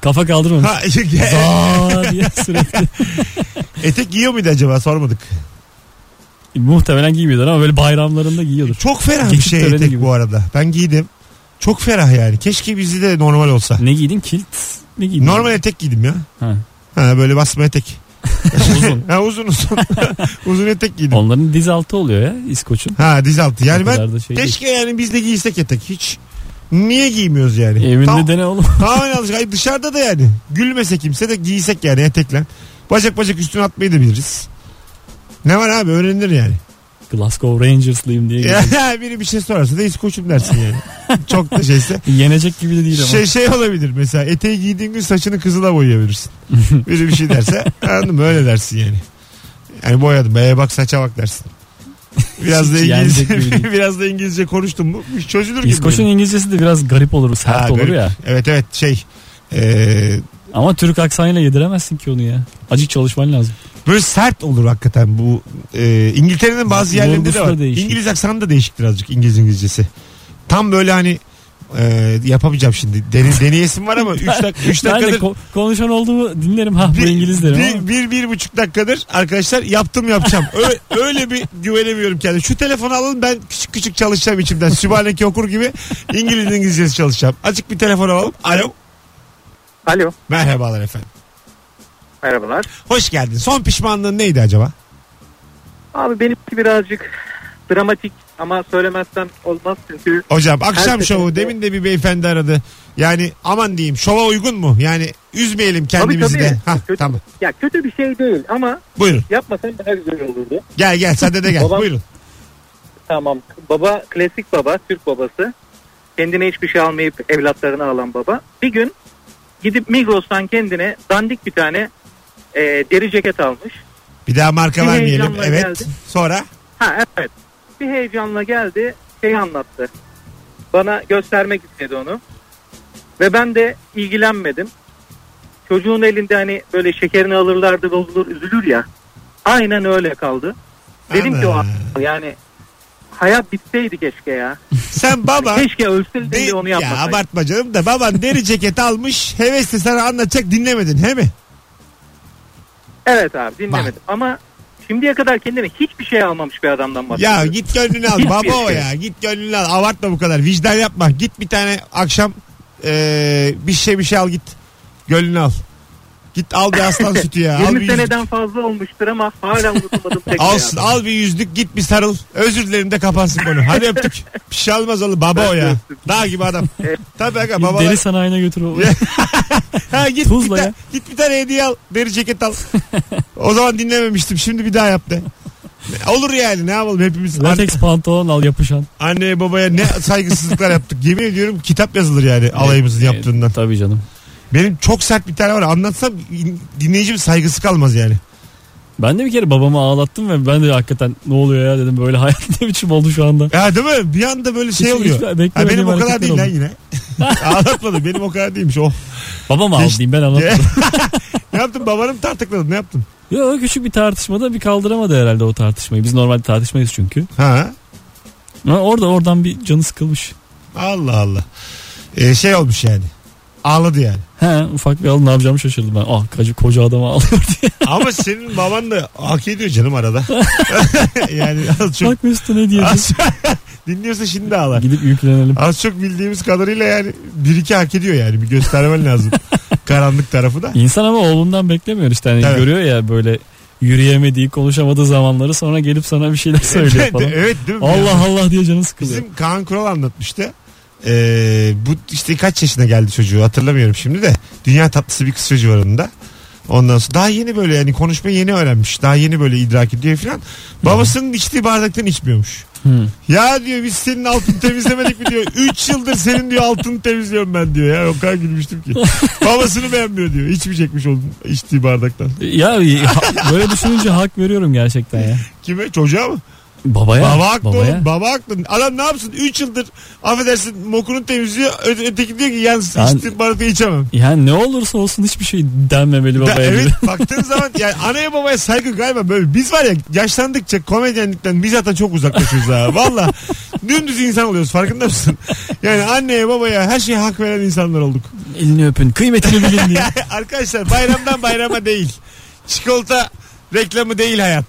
Speaker 3: kafa kaldırmamış.
Speaker 2: Ha, e-
Speaker 3: Zaa diye sürekli.
Speaker 2: etek giyiyor muydu acaba sormadık.
Speaker 3: Muhtemelen giymiyordur ama böyle bayramlarında giyiyordur.
Speaker 2: Çok ferah bir
Speaker 3: Geçit
Speaker 2: şey
Speaker 3: töreni
Speaker 2: etek
Speaker 3: gibi.
Speaker 2: bu arada. Ben giydim. Çok ferah yani. Keşke bizde de normal olsa.
Speaker 3: Ne giydin? Kilt mi giydin?
Speaker 2: Normal etek giydim ya.
Speaker 3: Ha.
Speaker 2: Ha, böyle basma etek.
Speaker 3: Uzun.
Speaker 2: Ha, uzun uzun. uzun etek giydim.
Speaker 3: Onların diz altı oluyor ya İskoç'un.
Speaker 2: Ha diz altı. Yani
Speaker 3: O
Speaker 2: ben
Speaker 3: kadar da şey değil.
Speaker 2: keşke yani biz de giysek etek. Hiç niye giymiyoruz yani?
Speaker 3: Evinde
Speaker 2: Tam-
Speaker 3: dene oğlum.
Speaker 2: Tamamen alışık. Hayır, dışarıda da yani. Gülmese kimse de giysek yani etekle. Bacak bacak üstüne atmayı da biliriz. Ne var abi öğrenilir yani.
Speaker 3: Glasgow Rangers'lıyım diye. giyiyor.
Speaker 2: Ya, biri bir şey sorarsa da İskoç'um dersin yani. Çok da şeyse.
Speaker 3: Yenecek gibi de değil ama.
Speaker 2: Şey, şey olabilir mesela eteği giydiğin gün saçını kızıla boyayabilirsin. Biri bir şey derse anladın mı öyle dersin yani. Yani boyadım be bak saça bak dersin. Biraz da
Speaker 3: Hiç yenecek gibi
Speaker 2: İngilizce,
Speaker 3: değil.
Speaker 2: biraz da İngilizce konuştum mu iş çözülür gibi.
Speaker 3: İskoç'un İngilizcesi de biraz garip olur,
Speaker 2: Ha,
Speaker 3: sert olur
Speaker 2: garip.
Speaker 3: ya.
Speaker 2: Evet evet şey. Ee,
Speaker 3: Ama Türk aksanıyla yediremezsin ki onu ya. Acık çalışman lazım.
Speaker 2: Böyle sert olur hakikaten bu. Ee, İngiltere'nin bazı yerlerinde de
Speaker 3: Vurgusu
Speaker 2: var.
Speaker 3: da değişik.
Speaker 2: İngiliz aksanı da değişiktir azıcık İngiliz İngilizcesi. Tam böyle hani Ee, yapamayacağım şimdi. Deni, deneyesim var ama 3 dak üç
Speaker 3: Ben de
Speaker 2: dakikadır
Speaker 3: ko- konuşan olduğumu dinlerim. Ha bu İngiliz derim
Speaker 2: bir,
Speaker 3: ama.
Speaker 2: bir, bir buçuk dakikadır arkadaşlar yaptım yapacağım. Ö- öyle bir güvenemiyorum kendime. Şu telefonu alın ben küçük küçük çalışacağım içimden. Sübhaneke okur gibi İngiliz İngilizcesi çalışacağım. Açık bir telefon alalım. Alo.
Speaker 8: Alo.
Speaker 2: Merhabalar efendim.
Speaker 8: Merhabalar.
Speaker 2: Hoş geldin. Son pişmanlığın neydi acaba?
Speaker 8: Abi benimki birazcık dramatik ama söylemezsem olmaz çünkü
Speaker 2: Hocam akşam
Speaker 8: Her
Speaker 2: şovu
Speaker 8: seferinde-
Speaker 2: demin de bir beyefendi aradı. Yani aman diyeyim şova uygun mu? Yani üzmeyelim kendimizi
Speaker 8: Tabii, tabii.
Speaker 2: de. Hah,
Speaker 8: Kötü-
Speaker 2: tamam.
Speaker 8: ya kötü bir şey değil ama
Speaker 2: Buyurun.
Speaker 8: yapmasam daha güzel olurdu.
Speaker 2: Gel gel sen de de gel.
Speaker 8: Babam-
Speaker 2: Buyurun.
Speaker 8: Tamam. Baba klasik baba, Türk babası. Kendine hiçbir şey almayıp evlatlarını alan baba. Bir gün gidip Migros'tan kendine dandik bir tane e, deri ceket almış.
Speaker 2: Bir daha marka
Speaker 8: Bir
Speaker 2: vermeyelim.
Speaker 8: heyecanla
Speaker 2: Evet.
Speaker 8: geldi.
Speaker 2: Sonra
Speaker 8: Ha evet. Bir heyecanla geldi şey anlattı. Bana göstermek istedi onu. Ve ben de ilgilenmedim. Çocuğun elinde hani böyle şekerini alırlardı bozulur üzülür ya. Aynen öyle kaldı. Dedim ki o
Speaker 2: Ana.
Speaker 8: an, yani hayat bitseydi keşke ya.
Speaker 2: sen baba
Speaker 8: Keşke ölseydi
Speaker 2: de-
Speaker 8: de onu
Speaker 2: ya
Speaker 8: yapmasaydı.
Speaker 2: abartma canım da baban deri ceket almış hevesli sana anlatacak dinlemedin he mi?
Speaker 8: evet abi dinlemedim. Ama şimdiye kadar kendime hiçbir şey almamış bir adamdan
Speaker 2: Ya
Speaker 8: bahsediyorum.
Speaker 2: git gönlünü al
Speaker 8: Hiçbir
Speaker 2: baba o
Speaker 8: şey.
Speaker 2: ya git gönlünü al abartma bu kadar vicdan yapma git bir tane akşam eee, bir şey bir şey al git gönlünü al. Git al bir aslan sütü ya. al
Speaker 8: 20
Speaker 2: bir yüzük.
Speaker 8: seneden fazla olmuştur ama hala unutmadım tek
Speaker 2: Al,
Speaker 4: şey
Speaker 8: hayatımı.
Speaker 2: al bir yüzlük git bir sarıl. Özür dilerim de kapansın konu. Hadi öptük. Bir şey almaz oğlum baba o ya. Dağ gibi adam. Tabii aga
Speaker 3: Bir
Speaker 2: babalar.
Speaker 3: Deri sanayine götür o.
Speaker 2: Ha, git, bir
Speaker 3: Tuzla
Speaker 2: ta-
Speaker 3: ya.
Speaker 2: git bir tane hediye al. Deri ceket al. o zaman dinlememiştim. Şimdi bir daha yap de. Olur yani ne yapalım hepimiz. Anne,
Speaker 3: Latex pantolon al yapışan.
Speaker 2: anneye babaya ne saygısızlıklar yaptık. Yemin ediyorum kitap yazılır yani alayımızın
Speaker 3: Ee,
Speaker 2: yaptığından.
Speaker 3: Tabii canım.
Speaker 2: Benim çok sert bir tane var. Anlatsam dinleyicim saygısı kalmaz yani.
Speaker 3: Ben de bir kere babamı ağlattım ve ben de hakikaten ne oluyor ya dedim böyle hayat ne biçim oldu şu anda.
Speaker 2: Ya değil mi? Bir anda böyle şey
Speaker 3: Hiç-
Speaker 2: oluyor.
Speaker 3: hiç
Speaker 2: ha,
Speaker 3: beklemediğim
Speaker 2: benim o kadar
Speaker 3: hareketler
Speaker 2: değil lan
Speaker 3: oldu.
Speaker 2: yine. Ağlatmadım. Benim o kadar değilmiş. Oh.
Speaker 3: Babam ağladı
Speaker 2: Hiç-
Speaker 3: diyeyim ben anlatmadım.
Speaker 2: ne yaptın? Babanı mı tartıkladın? Ne yaptın?
Speaker 3: Yok küçük bir tartışmada bir kaldıramadı herhalde o tartışmayı. Biz normalde tartışmayız çünkü.
Speaker 2: Ha.
Speaker 3: Ama orada oradan bir canı sıkılmış.
Speaker 2: Allah Allah. Ee, şey olmuş yani. Ağladı yani.
Speaker 3: He ufak bir alın ne yapacağımı şaşırdım ben. Ah kacı koca adama ağlıyor diye.
Speaker 2: Ama senin baban da hak ediyor canım arada. yani az çok, Ah,
Speaker 3: Bak Mesut'a ne diyeceğiz.
Speaker 2: az, dinliyorsa şimdi ağlar.
Speaker 3: Gidip yüklenelim.
Speaker 2: Az çok bildiğimiz kadarıyla yani bir iki hak ediyor yani. Bir göstermen lazım. Karanlık tarafı da.
Speaker 3: İnsan ama oğlundan beklemiyor işte. Hani
Speaker 2: Evet.
Speaker 3: Görüyor ya böyle yürüyemediği konuşamadığı zamanları sonra gelip sana bir şeyler söylüyor falan.
Speaker 2: evet değil mi?
Speaker 3: Allah Allah diye canı sıkılıyor.
Speaker 2: Bizim Kaan Kural anlatmıştı. Ee, bu işte kaç yaşına geldi çocuğu hatırlamıyorum şimdi de. Dünya tatlısı bir kız çocuğu var onun da. Ondan sonra daha yeni böyle yani konuşmayı yeni öğrenmiş. Daha yeni böyle idrak ediyor falan. Babasının içtiği bardaktan içmiyormuş.
Speaker 3: Hı.
Speaker 2: Ya diyor biz senin altını temizlemedik mi diyor. 3 yıldır senin diyor altını temizliyorum ben diyor. Ya o kadar gülmüştüm ki. Babasını beğenmiyor diyor. İçmeyecekmiş onun içtiği bardaktan.
Speaker 3: Ya ha- böyle düşününce hak veriyorum gerçekten ya.
Speaker 2: Kime? Çocuğa mı?
Speaker 3: Babaya.
Speaker 2: Baba haklı
Speaker 3: babaya.
Speaker 2: oğlum baba haklı. Adam ne yapsın 3 yıldır affedersin mokunu temizliyor Ö- öteki diyor ki yalnız
Speaker 3: Ben-
Speaker 2: içtim baratı içemem.
Speaker 3: Yani ne olursa olsun hiçbir şey denmemeli
Speaker 2: Da,
Speaker 3: babaya.
Speaker 2: evet
Speaker 3: gibi.
Speaker 2: baktığın zaman yani anaya babaya saygı galiba böyle biz var ya yaşlandıkça komedyenlikten mizahtan çok uzaklaşıyoruz ha valla dümdüz insan oluyoruz farkında mısın? Yani anneye babaya her şeye hak veren insanlar olduk.
Speaker 3: Elini öpün kıymetini bilin diye.
Speaker 2: Arkadaşlar bayramdan bayrama değil çikolata reklamı değil hayat.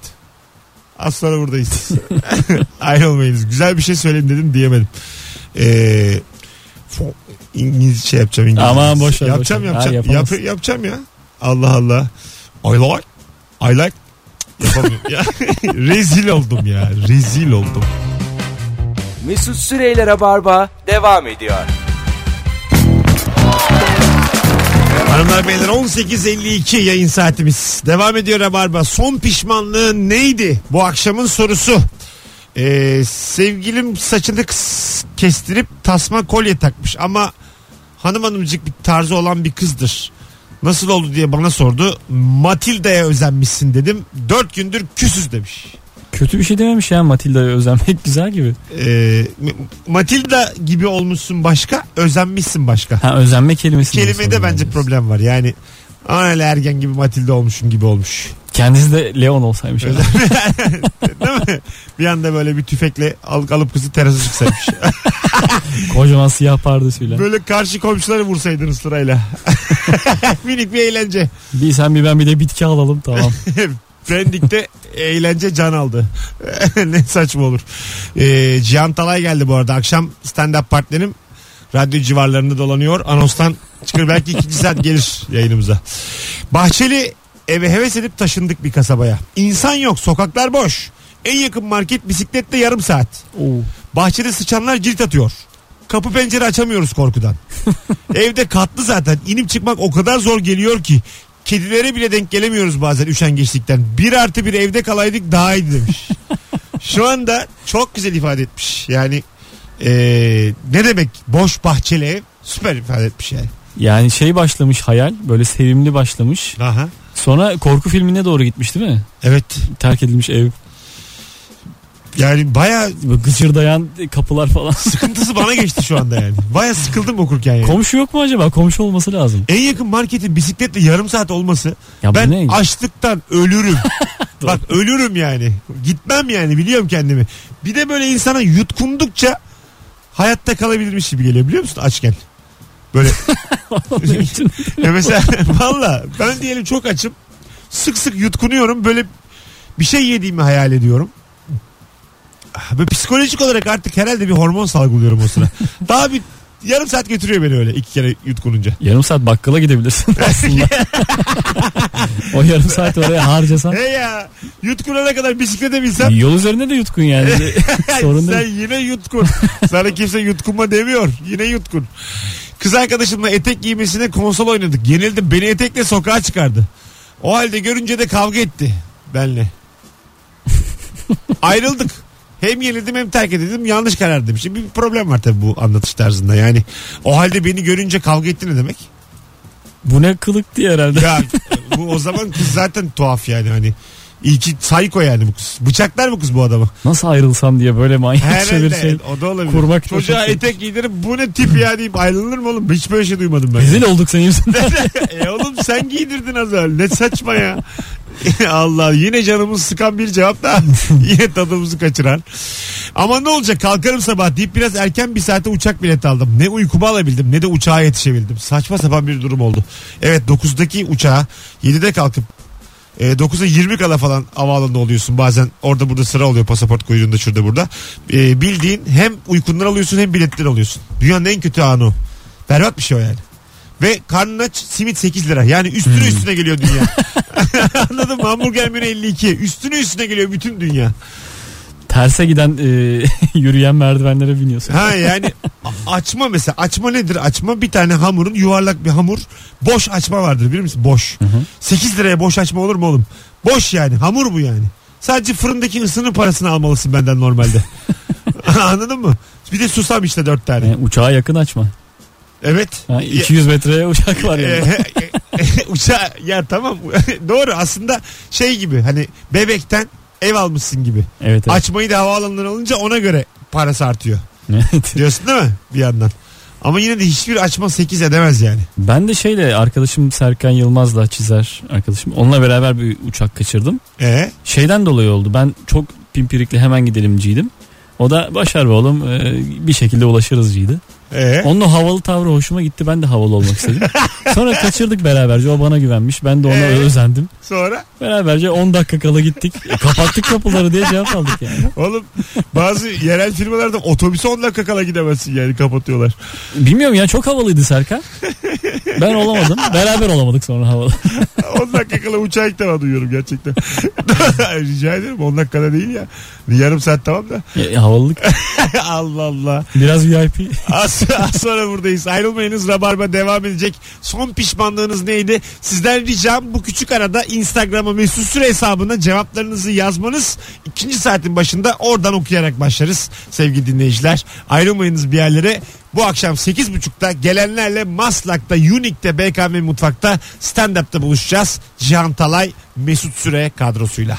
Speaker 2: Az sonra buradayız. Ayrılmayınız. Güzel bir şey söyleyeyim dedim diyemedim. Ee, fo- İngilizce şey yapacağım. İngilizce.
Speaker 3: Aman boş ver,
Speaker 2: Yapacağım
Speaker 3: boş ver. Ha,
Speaker 2: yapacağım.
Speaker 3: yapamazsın.
Speaker 2: Yap- yapacağım ya. Allah Allah. I like. I like. Yapamıyorum. ya. Rezil oldum ya. Rezil oldum.
Speaker 1: Mesut Süreyler'e barba devam ediyor.
Speaker 2: Hanımlar beyler 18.52 yayın saatimiz. Devam ediyor Rabarba. Son pişmanlığın neydi? Bu akşamın sorusu. Ee, sevgilim saçını kıs- kestirip tasma kolye takmış ama hanım hanımcık bir tarzı olan bir kızdır. Nasıl oldu diye bana sordu. Matilda'ya özenmişsin dedim. Dört gündür küsüz demiş.
Speaker 3: Kötü bir şey dememiş ya Matilda'ya özenmek güzel gibi.
Speaker 2: Ee, Matilda gibi olmuşsun başka, özenmişsin başka.
Speaker 3: Ha özenme kelimesi.
Speaker 2: Kelimede bence problem var. Yani "Aa, öyle ergen gibi Matilda olmuşum gibi olmuş.
Speaker 3: Kendisi de Leon olsaymış.
Speaker 2: Öyle. Değil mi? Bir anda böyle bir tüfekle alıp, alıp kızı terasa çıksaymış.
Speaker 3: Kocaman siyah pardesüyle.
Speaker 2: böyle karşı komşuları vursaydınız sırayla. Minik bir eğlence.
Speaker 3: Bir sen bir ben bir de bitki alalım tamam.
Speaker 2: Pendik'te eğlence can aldı. ne saçma olur. Ee, Cihan Talay geldi bu arada. Akşam stand-up partnerim radyo civarlarında dolanıyor. Anonstan çıkır belki ikinci saat gelir yayınımıza. Bahçeli eve heves edip taşındık bir kasabaya. İnsan yok sokaklar boş. En yakın market bisikletle yarım saat.
Speaker 3: Oo.
Speaker 2: Bahçede sıçanlar cilt atıyor. Kapı pencere açamıyoruz korkudan. Evde katlı zaten. İnip çıkmak o kadar zor geliyor ki. Kedilere bile denk gelemiyoruz bazen üşengeçlikten. Bir artı bir evde kalaydık daha iyi demiş. Şu anda çok güzel ifade etmiş. Yani eee, ne demek boş bahçeli ev? Süper ifade etmiş yani.
Speaker 3: Yani şey başlamış hayal böyle sevimli başlamış.
Speaker 2: Aha.
Speaker 3: Sonra korku filmine doğru gitmiş değil mi?
Speaker 2: Evet.
Speaker 3: Terk edilmiş ev.
Speaker 2: Yani baya
Speaker 3: Böyle gıcırdayan kapılar falan.
Speaker 2: sıkıntısı bana geçti şu anda yani. Baya sıkıldım okurken yani.
Speaker 3: Komşu yok mu acaba? Komşu olması lazım.
Speaker 2: En yakın marketin bisikletle yarım saat olması
Speaker 3: Ya bu
Speaker 2: ben
Speaker 3: ne?
Speaker 2: açlıktan ölürüm. Bak ölürüm yani. Gitmem yani biliyorum kendimi. Bir de böyle insana yutkundukça hayatta kalabilirmiş gibi geliyor biliyor musun açken. Böyle ya mesela valla ben diyelim çok açım. Sık sık yutkunuyorum böyle bir şey yediğimi hayal ediyorum. Böyle psikolojik olarak artık herhalde bir hormon salgılıyorum o sıra. Daha bir yarım saat götürüyor beni öyle iki kere yutkununca.
Speaker 3: yarım saat bakkala gidebilirsin aslında. o yarım saat oraya harcasan.
Speaker 2: He ya yutkunana kadar bisiklete binsem
Speaker 3: Yol üzerinde de yutkun yani. Sorun
Speaker 2: sen
Speaker 3: değil.
Speaker 2: yine yutkun. Sana kimse yutkunma demiyor. Yine yutkun. Kız arkadaşımla etek giymesine konsol oynadık. Yenildim. Beni etekle sokağa çıkardı. O halde görünce de kavga etti. Benle. Ayrıldık. Hem yenildim hem terk edildim. Yanlış karar demiş. Şimdi bir problem var tabii bu anlatış tarzında. Yani o halde beni görünce kavga etti ne demek?
Speaker 3: Bu ne kılık diye herhalde.
Speaker 2: Ya bu o zaman kız zaten tuhaf yani hani. İyi ki psycho yani bu kız. Bıçaklar bu kız bu adamı.
Speaker 3: Nasıl ayrılsam diye böyle manyak
Speaker 2: Herhalde
Speaker 3: bir şey.
Speaker 2: o da olabilir.
Speaker 3: Kurmak
Speaker 2: Çocuğa
Speaker 3: taşı.
Speaker 2: etek giydirip bu ne tip ya deyip ayrılır mı oğlum? Hiç böyle şey duymadım ben.
Speaker 3: Rezil olduk senin yüzünden.
Speaker 2: e oğlum sen giydirdin az evvel. Ne saçma ya. Allah yine canımızı sıkan bir cevap da yine tadımızı kaçıran. Ama ne olacak kalkarım sabah deyip biraz erken bir saate uçak bileti aldım. Ne uykumu alabildim ne de uçağa yetişebildim. Saçma sapan bir durum oldu. Evet 9'daki uçağa 7'de kalkıp e, 9'a 20 kala falan havaalanında oluyorsun. Bazen orada burada sıra oluyor pasaport kuyruğunda şurada burada. E, bildiğin hem uykundan alıyorsun hem biletten alıyorsun. Dünyanın en kötü anı o. Berbat bir şey o yani. Ve karnın aç simit 8 lira. Yani üstüne üstüne geliyor dünya. Anladın mı? Hamburger menü 52. Üstüne üstüne geliyor bütün dünya.
Speaker 3: Terse giden e, yürüyen merdivenlere biniyorsun.
Speaker 2: Ha yani a- açma mesela. Açma nedir? Açma bir tane hamurun yuvarlak bir hamur. Boş açma vardır bilir misin? Boş. 8 liraya boş açma olur mu oğlum? Boş yani. Hamur bu yani. Sadece fırındaki ısının parasını almalısın benden normalde. Anladın mı? Bir de susam işte 4 tane.
Speaker 3: Yani uçağa yakın açma.
Speaker 2: Evet.
Speaker 3: Ha, 200 metreye uçak var yani.
Speaker 2: Ee, uçağa ya tamam doğru aslında şey gibi hani bebekten ev almışsın gibi.
Speaker 3: Evet evet.
Speaker 2: Açmayı da havaalanından alınca ona göre parası artıyor.
Speaker 3: Evet.
Speaker 2: Diyorsun değil mi bir yandan? Ama yine de hiçbir açma 8 edemez yani.
Speaker 3: ben de şeyle arkadaşım Serkan Yılmaz'la çizer arkadaşım. Onunla beraber bir uçak kaçırdım.
Speaker 2: Ee,
Speaker 3: Şeyden dolayı oldu. Ben çok pimpirikli hemen gidelimciydim. O da başar be oğlum e, bir şekilde ulaşırızcıydı.
Speaker 2: ee.
Speaker 3: Onun o havalı tavrı hoşuma gitti. Ben de havalı olmak istedim. Sonra kaçırdık beraberce. O bana güvenmiş. Ben de ona
Speaker 2: Ee?
Speaker 3: özendim.
Speaker 2: Sonra
Speaker 3: Beraberce 10 dakika kala gittik. E, kapattık kapıları diye cevap aldık yani.
Speaker 2: oğlum bazı yerel firmalarda otobüse 10 dakika kala gidemezsin yani kapatıyorlar.
Speaker 3: Bilmiyorum ya çok havalıydı Serkan. Ben olamadım. Beraber olamadık sonra havalı.
Speaker 2: 10 dakika kala uçağa ilk defa duyuyorum gerçekten. Rica ederim 10 dakikada değil ya. Bir yarım saat tamam da.
Speaker 3: E, havalılık.
Speaker 2: Allah Allah.
Speaker 3: Biraz VIP.
Speaker 2: Az, az sonra buradayız. Ayrılmayınız. Rabarba devam edecek. Son pişmanlığınız neydi? Sizden ricam bu küçük arada Instagram'a mesut süre hesabına cevaplarınızı yazmanız. ikinci saatin başında oradan okuyarak başlarız sevgili dinleyiciler. Ayrılmayınız bir yerlere. Bu akşam 8.30'da gelenlerle Maslak'ta, Unique'de, BKM Mutfak'ta stand-up'ta buluşacağız. Cihan Talay, Mesut Süre kadrosuyla.